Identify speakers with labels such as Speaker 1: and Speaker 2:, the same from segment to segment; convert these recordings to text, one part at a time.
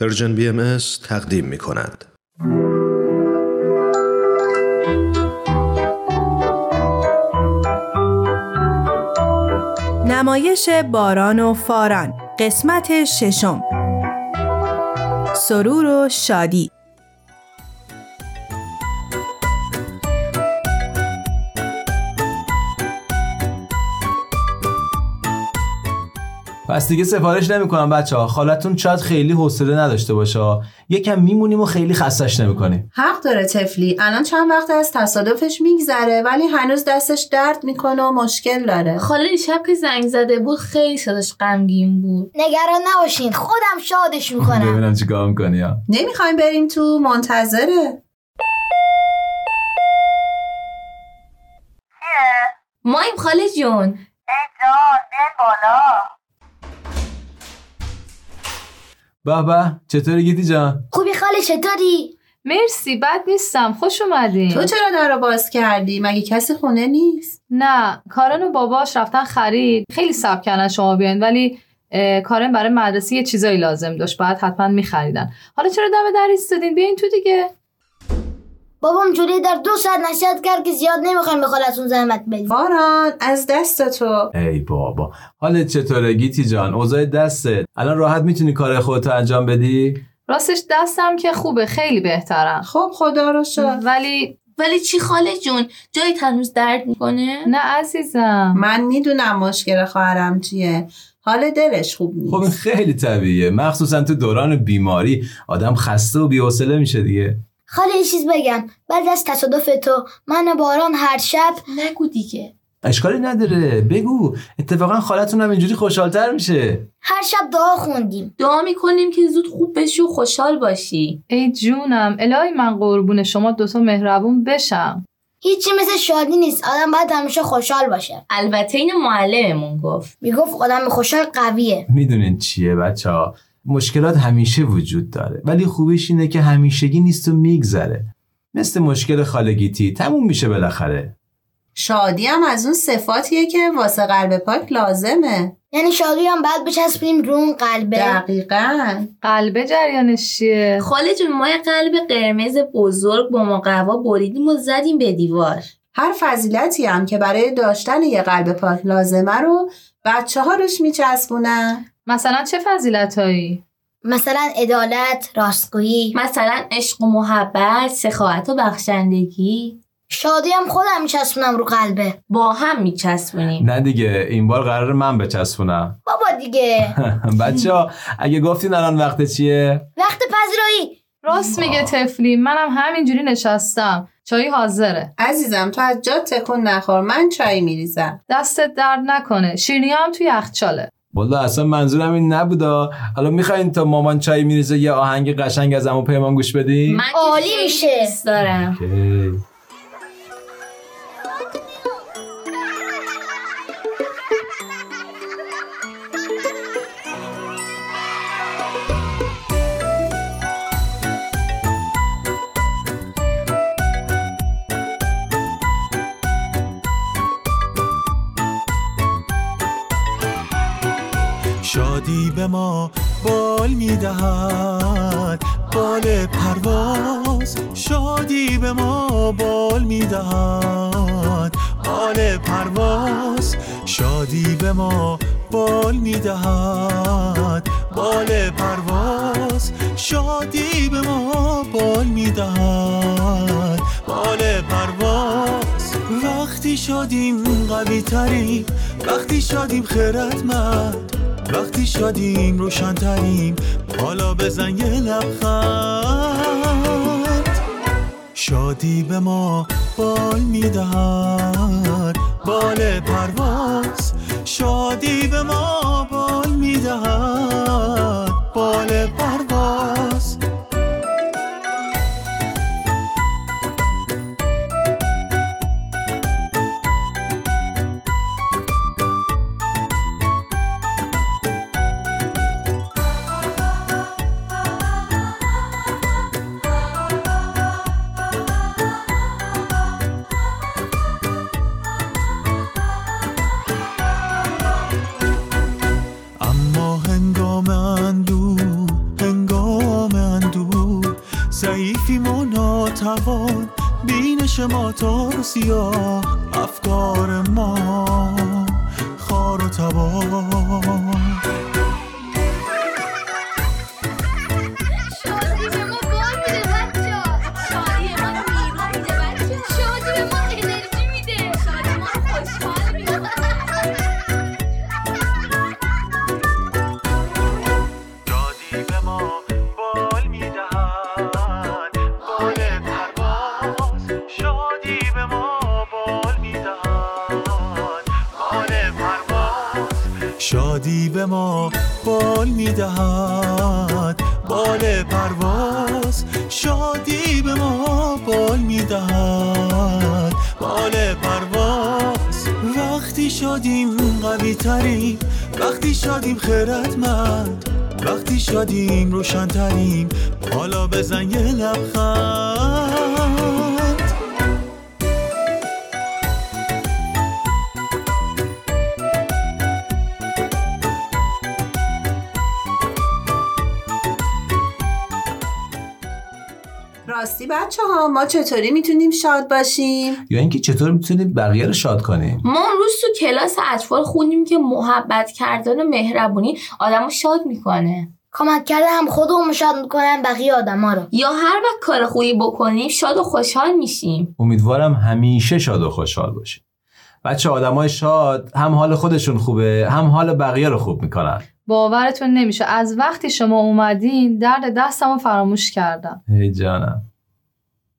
Speaker 1: پرژن بی ام از تقدیم می کند.
Speaker 2: نمایش باران و فاران قسمت ششم سرور و شادی
Speaker 3: پس دیگه سفارش نمیکنم بچه ها خالتون شاید خیلی حوصله نداشته باشه ها. یکم میمونیم و خیلی خستش نمیکنیم
Speaker 4: حق داره تفلی الان چند وقت از تصادفش میگذره ولی هنوز دستش درد میکنه و مشکل داره
Speaker 5: خاله دیشب که زنگ زده بود خیلی صداش غمگین بود
Speaker 6: نگران نباشین خودم شادش میکنم
Speaker 3: ببینم چیکار میکنی ها
Speaker 4: نمیخوایم بریم تو منتظره
Speaker 5: مایم خاله جون
Speaker 3: به به چطوری گیتی جان
Speaker 6: خوبی خاله چطوری؟
Speaker 5: مرسی بد نیستم خوش اومدین
Speaker 4: تو چرا در رو باز کردی مگه کسی خونه نیست
Speaker 5: نه کارن و باباش رفتن خرید خیلی صبر کردن شما بیاین ولی اه، کارن برای مدرسه یه چیزایی لازم داشت بعد حتما میخریدن حالا چرا دم در ایستادین بیاین تو دیگه
Speaker 6: بابام جوری در دو ساعت نصیحت کرد که زیاد نمیخوایم به خالتون زحمت بدیم
Speaker 4: باران از دست تو
Speaker 3: ای بابا حالت چطوره گیتی جان اوضاع دستت الان راحت میتونی کار خودت رو انجام بدی
Speaker 5: راستش دستم که خوبه خیلی بهترم
Speaker 4: خب خدا رو شد
Speaker 5: ولی
Speaker 7: ولی چی خاله جون جای هنوز درد میکنه
Speaker 5: نه عزیزم
Speaker 4: من میدونم مشکل خواهرم چیه حال دلش خوب نیست
Speaker 3: خب این خیلی طبیعیه مخصوصا تو دوران بیماری آدم خسته و بی‌حوصله میشه دیگه
Speaker 6: خاله یه چیز بگم بعد از تصادف تو من و باران هر شب
Speaker 7: نگو دیگه
Speaker 3: اشکالی نداره بگو اتفاقا خالتون هم اینجوری خوشحالتر میشه
Speaker 6: هر شب دعا خوندیم
Speaker 7: دعا میکنیم که زود خوب بشی و خوشحال باشی
Speaker 5: ای جونم الهی من قربون شما دوتا مهربون بشم
Speaker 6: هیچی مثل شادی نیست آدم باید همیشه خوشحال باشه
Speaker 7: البته این معلممون گفت
Speaker 6: میگفت آدم خوشحال قویه
Speaker 3: میدونین چیه بچه ها مشکلات همیشه وجود داره ولی خوبیش اینه که همیشگی نیست و میگذره مثل مشکل خالگیتی تموم میشه بالاخره
Speaker 4: شادی هم از اون صفاتیه که واسه قلب پاک لازمه
Speaker 6: یعنی شادی هم باید بچسبیم رو اون قلبه
Speaker 4: دقیقا
Speaker 5: قلبه جریانش چیه
Speaker 7: خاله جون ما یه قلب قرمز بزرگ با مقوا بریدیم و زدیم به دیوار
Speaker 4: هر فضیلتی هم که برای داشتن یه قلب پاک لازمه رو بچه ها روش میچسبونن
Speaker 5: مثلا چه فضیلتایی
Speaker 6: مثلا عدالت راستگویی
Speaker 7: مثلا عشق و محبت سخاوت و بخشندگی
Speaker 6: شادی هم خودم میچسبونم رو قلبه
Speaker 7: با هم میچسبونیم
Speaker 3: نه دیگه این بار قرار من بچسبونم
Speaker 6: بابا دیگه
Speaker 3: بچه ها اگه گفتین الان وقت چیه
Speaker 6: وقت پذیرایی
Speaker 5: راست
Speaker 4: خب.
Speaker 5: میگه تفلی منم همینجوری نشستم چایی حاضره
Speaker 4: عزیزم تو از جات تکون نخور من چای میریزم
Speaker 5: دستت درد نکنه شیرینی هم توی یخچاله
Speaker 3: والا اصلا منظورم این نبودا حالا میخواین تا مامان چای میریزه یه آهنگ قشنگ از عمو پیمان گوش بدیم
Speaker 7: من که
Speaker 6: عالی
Speaker 7: خیلی
Speaker 6: میشه.
Speaker 7: دوست دارم
Speaker 3: اوکی.
Speaker 8: شادی به ما بال میدهد بال پرواز شادی به ما بال میدهد بال پرواز شادی به ما بال میدهد بال پرواز شادی به ما بال میدهد بال پرواز وقتی شادیم قوی تریم وقتی شادیم خیرتمند وقتی شادیم روشن تریم حالا بزن یه لبخند شادی به ما بال میدهد بال پرواز شادی به ما بال میدهد بال پرواز اما هنگام اندو نتوان بینش ما تار و سیاه افکار ما خار و تباه
Speaker 6: شادی به ما بار میده بچه شادی به ما نیرو میده بچه شادی به ما انرژی میده شادی ما رو خوشحال میده
Speaker 8: شادی به ما بال میدهد بال پرواز شادی به ما بال میدهد بال پرواز شادی به ما بال میدهد بال پرواز شادی به ما بال میدهد بال پرواز وقتی شادیم قوی تریم وقتی شادیم خیرتمند وقتی شادیم روشن تریم حالا بزن یه لبخند
Speaker 9: راستی بچه ها ما چطوری میتونیم شاد باشیم؟
Speaker 3: یا اینکه چطور میتونیم بقیه رو شاد کنیم
Speaker 7: ما اون روز تو کلاس اطفال خوندیم که محبت کردن و مهربونی آدمو شاد میکنه
Speaker 10: کمک کرده هم خودمون شاد میکنن بقیه آدما رو
Speaker 7: یا هر وقت کار خوبی بکنیم شاد و خوشحال میشیم
Speaker 3: امیدوارم همیشه شاد و خوشحال باشید بچه آدمای شاد هم حال خودشون خوبه هم حال بقیه رو خوب میکنن
Speaker 5: باورتون نمیشه از وقتی شما اومدین درد دستمو فراموش کردم
Speaker 3: هی جانم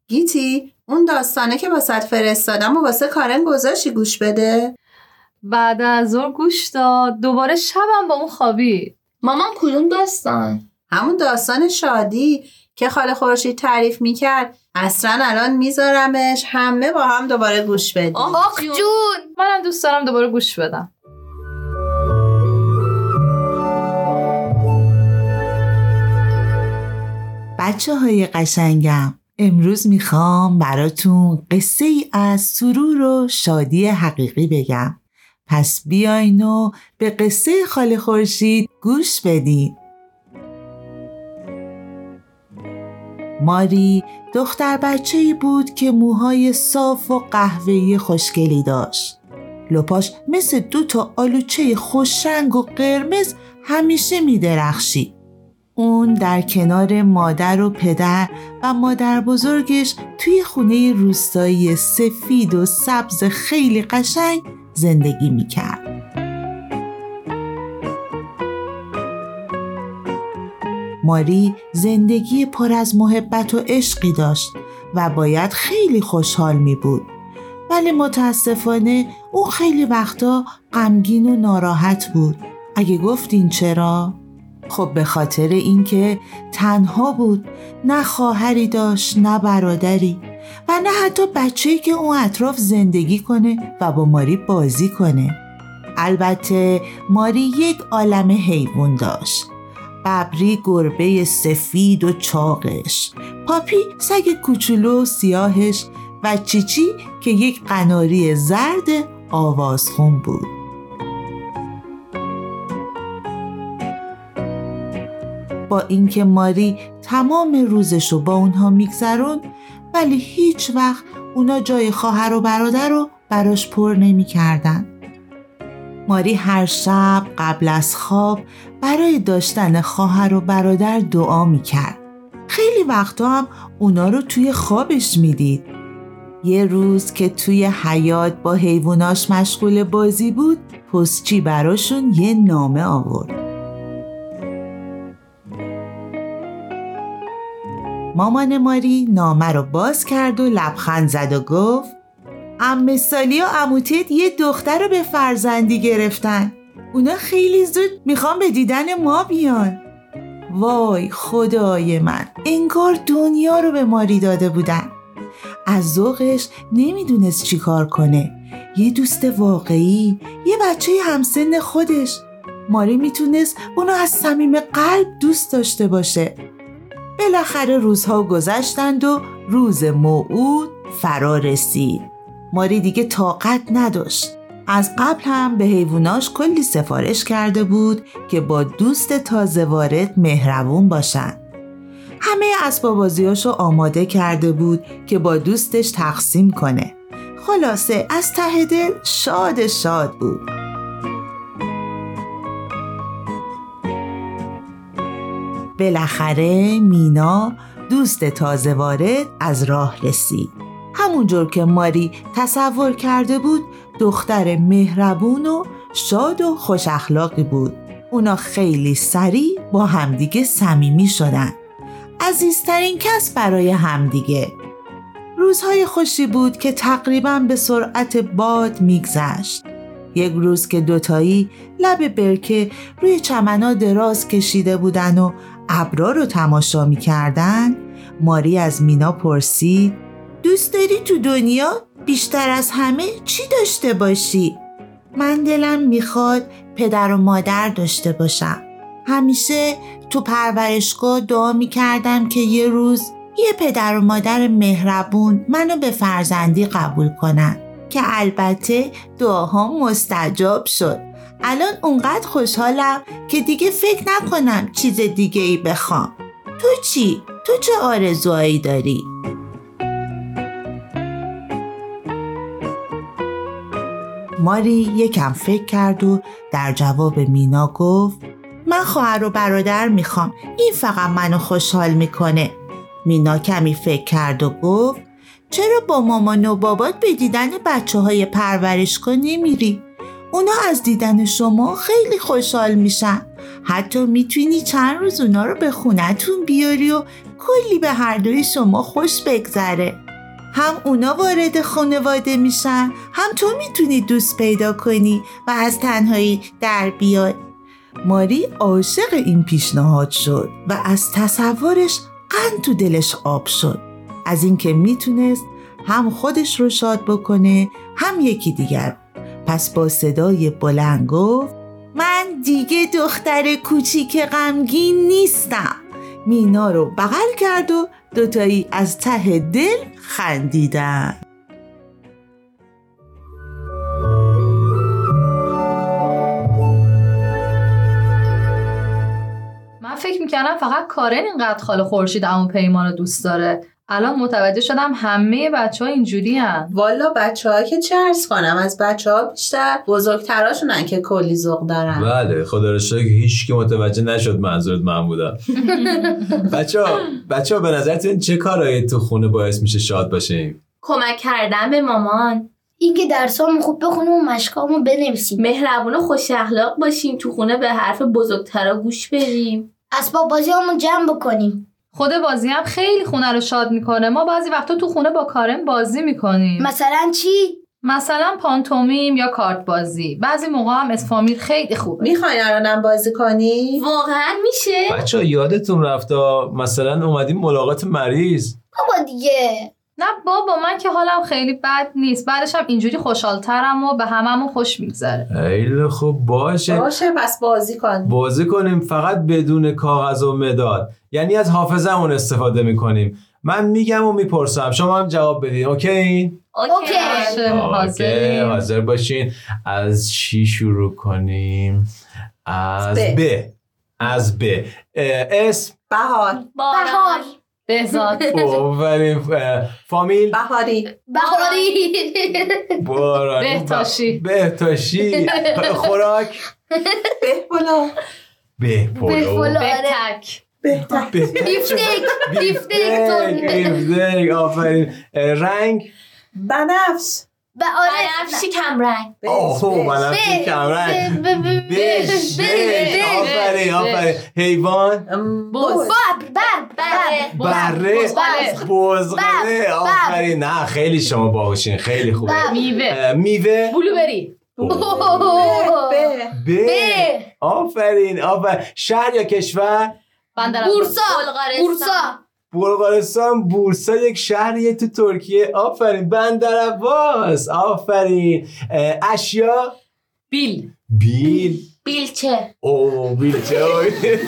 Speaker 9: گیتی اون داستانه که واسه فرستادم و واسه کارن گذاشتی گوش بده
Speaker 5: بعد از ظهر گوش داد دوباره شبم با اون خوابید
Speaker 7: مامان کدوم داستان
Speaker 9: همون داستان شادی که خاله خورشید تعریف میکرد اصلا الان میذارمش همه با هم دوباره گوش بدیم
Speaker 7: آخ جون
Speaker 5: جون منم دوست دارم دوباره گوش بدم
Speaker 4: بچه های قشنگم امروز میخوام براتون قصه ای از سرور و شادی حقیقی بگم پس بیاین و به قصه خاله خورشید گوش بدین ماری دختر بچه ای بود که موهای صاف و قهوه‌ای خوشگلی داشت لپاش مثل دو تا آلوچه خوشرنگ و قرمز همیشه میدرخشید اون در کنار مادر و پدر و مادر بزرگش توی خونه روستایی سفید و سبز خیلی قشنگ زندگی میکرد. ماری زندگی پر از محبت و عشقی داشت و باید خیلی خوشحال می بود. ولی متاسفانه او خیلی وقتا غمگین و ناراحت بود. اگه گفتین چرا؟ خب به خاطر اینکه تنها بود نه خواهری داشت نه برادری و نه حتی بچه‌ای که اون اطراف زندگی کنه و با ماری بازی کنه البته ماری یک عالم حیوان داشت ببری گربه سفید و چاقش پاپی سگ کوچولو و سیاهش و چیچی که یک قناری زرد آوازخون بود با اینکه ماری تمام روزش رو با اونها میگذرون ولی هیچ وقت اونا جای خواهر و برادر رو براش پر نمیکردن. ماری هر شب قبل از خواب برای داشتن خواهر و برادر دعا میکرد. خیلی وقتا هم اونا رو توی خوابش میدید. یه روز که توی حیات با حیواناش مشغول بازی بود پستچی براشون یه نامه آورد. مامان ماری نامه رو باز کرد و لبخند زد و گفت ام سالی و اموتت یه دختر رو به فرزندی گرفتن اونا خیلی زود میخوان به دیدن ما بیان وای خدای من انگار دنیا رو به ماری داده بودن از ذوقش نمیدونست چی کار کنه یه دوست واقعی یه بچه همسن خودش ماری میتونست اونو از صمیم قلب دوست داشته باشه بالاخره روزها گذشتند و روز موعود فرا رسید ماری دیگه طاقت نداشت از قبل هم به حیواناش کلی سفارش کرده بود که با دوست تازه وارد مهربون باشن
Speaker 11: همه اسبابازیاشو آماده کرده بود که با دوستش تقسیم کنه خلاصه از ته دل شاد شاد بود بالاخره مینا دوست تازه وارد از راه رسید همونجور که ماری تصور کرده بود دختر مهربون و شاد و خوش اخلاقی بود اونا خیلی سریع با همدیگه صمیمی شدن عزیزترین کس برای همدیگه روزهای خوشی بود که تقریبا به سرعت باد میگذشت یک روز که دوتایی لب برکه روی چمنا دراز کشیده بودن و ابرا رو تماشا میکردن ماری از مینا پرسید دوست داری تو دنیا بیشتر از همه چی داشته باشی؟ من دلم میخواد پدر و مادر داشته باشم همیشه تو پرورشگاه دعا میکردم که یه روز یه پدر و مادر مهربون منو به فرزندی قبول کنن که البته دعاهام مستجاب شد الان اونقدر خوشحالم که دیگه فکر نکنم چیز دیگه ای بخوام تو چی؟ تو چه آرزوهایی داری؟ ماری یکم فکر کرد و در جواب مینا گفت من خواهر و برادر میخوام این فقط منو خوشحال میکنه مینا کمی فکر کرد و گفت چرا با مامان و بابات به دیدن بچه های پرورشگاه نمیری؟ اونا از دیدن شما خیلی خوشحال میشن حتی میتونی چند روز اونا رو به خونتون بیاری و کلی به هر دوی شما خوش بگذره هم اونا وارد خانواده میشن هم تو میتونی دوست پیدا کنی و از تنهایی در بیای ماری عاشق این پیشنهاد شد و از تصورش قند تو دلش آب شد از اینکه میتونست هم خودش رو شاد بکنه هم یکی دیگر پس با صدای بلند گفت من دیگه دختر کوچیک غمگین نیستم مینا رو بغل کرد و دوتایی از ته دل خندیدن
Speaker 5: من فکر میکردم فقط کارن اینقدر خال خورشید عمو پیمان رو دوست داره الان متوجه شدم همه بچه ها اینجوری هم.
Speaker 4: والا بچه ها که چه عرض کنم از بچه ها بیشتر بزرگتراشونن که کلی ذوق دارن
Speaker 3: بله خدا رو شکر که هیچ که متوجه نشد منظورت من بودم بچه ها بچه ها به نظرتون چه کارایی تو خونه باعث میشه شاد باشیم
Speaker 7: کمک کردن به مامان
Speaker 6: اینکه درسامو خوب بخونم و مشقامو بنویسیم
Speaker 7: مهربون و خوش اخلاق باشیم تو خونه به حرف بزرگترا گوش بدیم
Speaker 6: اسباب بازیامو جمع بکنیم
Speaker 5: خود بازی هم خیلی خونه رو شاد میکنه ما بعضی وقتا تو خونه با کارم بازی میکنیم
Speaker 6: مثلا چی
Speaker 5: مثلا پانتومیم یا کارت بازی بعضی موقع هم اسفامیر خیلی خوبه
Speaker 4: میخواین الانم بازی کنی؟
Speaker 7: واقعا میشه
Speaker 3: بچه ها یادتون رفته مثلا اومدیم ملاقات مریض
Speaker 6: بابا دیگه
Speaker 5: نه بابا من که حالم خیلی بد نیست بعدش هم اینجوری خوشحالترم و به هممون خوش میگذره
Speaker 3: خیلی خوب باشه
Speaker 4: باشه پس بازی کن
Speaker 3: بازی کنیم فقط بدون کاغذ و مداد یعنی از حافظمون استفاده میکنیم من میگم و میپرسم شما هم جواب بدین اوکی
Speaker 7: اوکی
Speaker 5: باشه،
Speaker 3: اوکی
Speaker 5: حاضریم.
Speaker 3: حاضر باشین از چی شروع کنیم از
Speaker 4: ب.
Speaker 3: ب از ب اه، اسم
Speaker 4: بهار
Speaker 6: بهار
Speaker 5: بهزاد
Speaker 3: اولین اه، فامیل
Speaker 4: بهاری
Speaker 6: بهاری
Speaker 3: بارانی
Speaker 5: بهتاشی.
Speaker 3: ب- بهتاشی خوراک
Speaker 4: بهبلا
Speaker 3: بهپلو
Speaker 6: بهپلو.
Speaker 5: بهتک
Speaker 4: بهتر
Speaker 3: بهتک.
Speaker 6: بیفتیک بیفتیک
Speaker 3: بیفتک، بیفتک، آفرین اه، رنگ
Speaker 4: بنفش
Speaker 6: به آره
Speaker 7: بنفش کمرنگ
Speaker 4: بهش،
Speaker 3: آهو
Speaker 4: بهش.
Speaker 3: منم
Speaker 6: بش،
Speaker 3: کمرنگ
Speaker 6: ب- ب- ب-
Speaker 3: بش
Speaker 6: بش،
Speaker 3: بش
Speaker 6: بش.
Speaker 3: آفرین
Speaker 5: بش.
Speaker 3: آفرین حیوان
Speaker 4: ام،
Speaker 5: بز.
Speaker 4: بز.
Speaker 6: باب باب باب
Speaker 7: بله
Speaker 3: بره
Speaker 5: بزغاله.
Speaker 3: بزغاله
Speaker 6: بب.
Speaker 3: آفرین نه خیلی شما باهوشین خیلی خوبه
Speaker 6: بب.
Speaker 5: میوه
Speaker 3: اه، میوه
Speaker 5: بلوبری
Speaker 4: به-
Speaker 6: اوه.
Speaker 4: به.
Speaker 3: ب
Speaker 6: به.
Speaker 3: آفرین آفرین شهر یا کشور
Speaker 5: بندر
Speaker 6: بورسا
Speaker 7: بلغارستان.
Speaker 6: بورسا
Speaker 3: بلغارستان بورسا یک شهریه تو ترکیه آفرین بندر عباس آفرین اه، اشیا
Speaker 5: بیل
Speaker 3: بیل
Speaker 7: بیلچه
Speaker 3: او بیل چه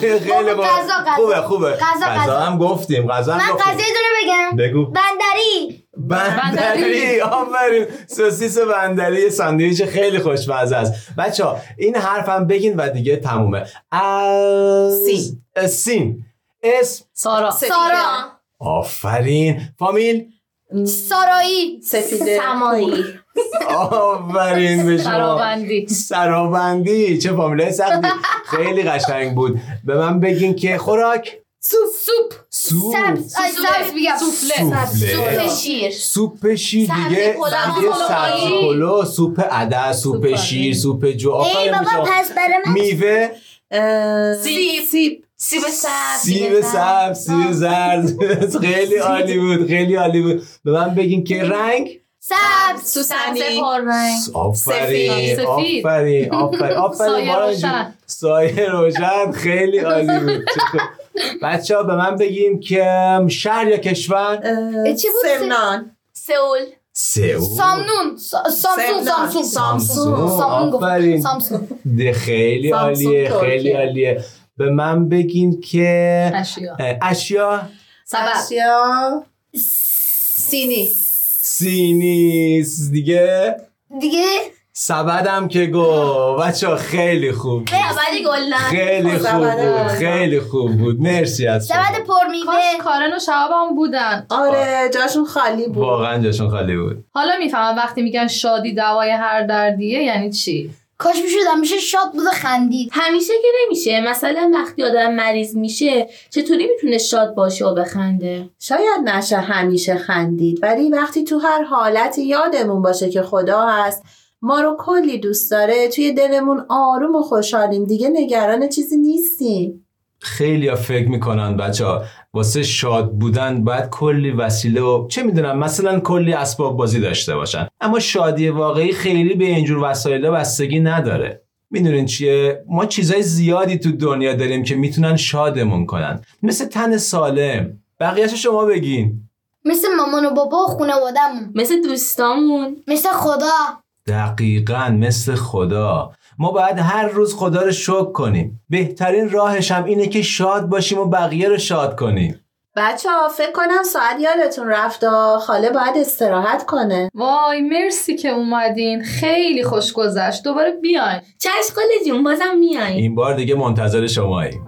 Speaker 3: خیلی با
Speaker 6: غذا، غذا.
Speaker 3: خوبه خوبه
Speaker 6: غذا،
Speaker 3: غذا
Speaker 6: غذا.
Speaker 3: هم گفتیم غذا هم
Speaker 6: من قضیه
Speaker 3: گفتیم
Speaker 6: داره بگم
Speaker 3: بگو
Speaker 6: بندری
Speaker 3: بندری آفرین سوسیس بندری یه ساندویچ خیلی خوشمزه است بچه ها این حرفم بگین و دیگه تمومه از
Speaker 4: سین.
Speaker 3: سین اسم
Speaker 5: سارا
Speaker 12: سارا
Speaker 3: آفرین فامیل
Speaker 12: سارایی
Speaker 4: سفیده
Speaker 7: سمایی
Speaker 3: آفرین به شما
Speaker 5: سرابندی
Speaker 3: سرابندی چه فامیلای سختی خیلی قشنگ بود به من بگین که خوراک
Speaker 12: سوپ
Speaker 3: سوپ
Speaker 12: سبز آی، سبز میگم
Speaker 5: سوفله
Speaker 12: سوپ
Speaker 3: سوفله.
Speaker 12: شیر
Speaker 3: سوپ شیر
Speaker 7: سبزی
Speaker 3: دیگه
Speaker 7: پلو،
Speaker 3: دیگه
Speaker 7: سوپ
Speaker 3: سبزی
Speaker 5: پلو.
Speaker 3: پلو سوپ عدس سوپ
Speaker 5: سوپ
Speaker 3: شیر سوپ جو
Speaker 6: ای
Speaker 3: آفرین به
Speaker 6: بابا
Speaker 3: شما.
Speaker 6: پس برای من
Speaker 3: میوه
Speaker 4: اه،
Speaker 7: سیب.
Speaker 4: سیب
Speaker 7: سیب سبز
Speaker 3: سیب سبز سیب زرد خیلی عالی بود خیلی عالی بود به من بگین که رنگ
Speaker 12: سبز
Speaker 7: سبز
Speaker 4: سوسنی
Speaker 7: پررنگ
Speaker 3: آفرین
Speaker 5: سفید. سفید.
Speaker 3: آفرین آفرین آفرین
Speaker 5: سایه
Speaker 3: باران جون.
Speaker 5: روشن.
Speaker 3: سایه روشن خیلی عالی بود بچه ها به من بگیم که شهر یا کشور
Speaker 4: اه،
Speaker 12: چی بود؟
Speaker 4: سمنان
Speaker 7: سئول
Speaker 3: سئول
Speaker 12: سامنون سا- سامسون
Speaker 4: سمنان.
Speaker 12: سامسون
Speaker 3: سامسون.
Speaker 12: سامسون
Speaker 3: آفرین.
Speaker 12: گفت سامسون
Speaker 3: ده خیلی
Speaker 4: سامسون
Speaker 3: عالیه
Speaker 4: ترکیه.
Speaker 3: خیلی عالیه به من بگین که
Speaker 5: اشیا
Speaker 3: اه، اشیا
Speaker 5: سبب
Speaker 4: اشیا سینی
Speaker 3: سینی س- دیگه
Speaker 12: دیگه
Speaker 3: سبدم که گو بچه خیلی خوب بود.
Speaker 7: سبد گلدن
Speaker 3: خیلی خوب بود خیلی خوب بود مرسی از شما.
Speaker 6: سبد پر
Speaker 5: کاش
Speaker 6: میوه
Speaker 5: کارن و شهاب هم بودن
Speaker 4: آره جاشون خالی بود
Speaker 3: واقعا جاشون خالی بود
Speaker 5: حالا میفهمم وقتی میگن شادی دوای هر دردیه یعنی چی
Speaker 6: کاش میشد همیشه شاد بود و خندید
Speaker 7: همیشه که نمیشه مثلا وقتی آدم مریض میشه چطوری میتونه شاد باشه و بخنده
Speaker 4: شاید نشه همیشه خندید ولی وقتی تو هر حالتی یادمون باشه که خدا هست ما رو کلی دوست داره توی دلمون آروم و خوشحالیم دیگه نگران چیزی نیستیم
Speaker 3: خیلی ها فکر میکنن بچه ها واسه شاد بودن باید کلی وسیله و چه میدونم مثلا کلی اسباب بازی داشته باشن اما شادی واقعی خیلی به اینجور وسایل بستگی نداره میدونین چیه ما چیزای زیادی تو دنیا داریم که میتونن شادمون کنن مثل تن سالم بقیهش شما بگین
Speaker 6: مثل مامان و بابا و خونوادمون
Speaker 7: مثل دوستامون
Speaker 6: مثل خدا
Speaker 3: دقیقا مثل خدا ما باید هر روز خدا رو شکر کنیم بهترین راهش هم اینه که شاد باشیم و بقیه رو شاد کنیم
Speaker 4: بچه ها فکر کنم ساعت یادتون رفت آ. خاله باید استراحت کنه
Speaker 5: وای مرسی که اومدین خیلی خوش گذشت دوباره بیاین
Speaker 7: چشم خاله جون بازم میاییم
Speaker 3: این بار دیگه منتظر شماییم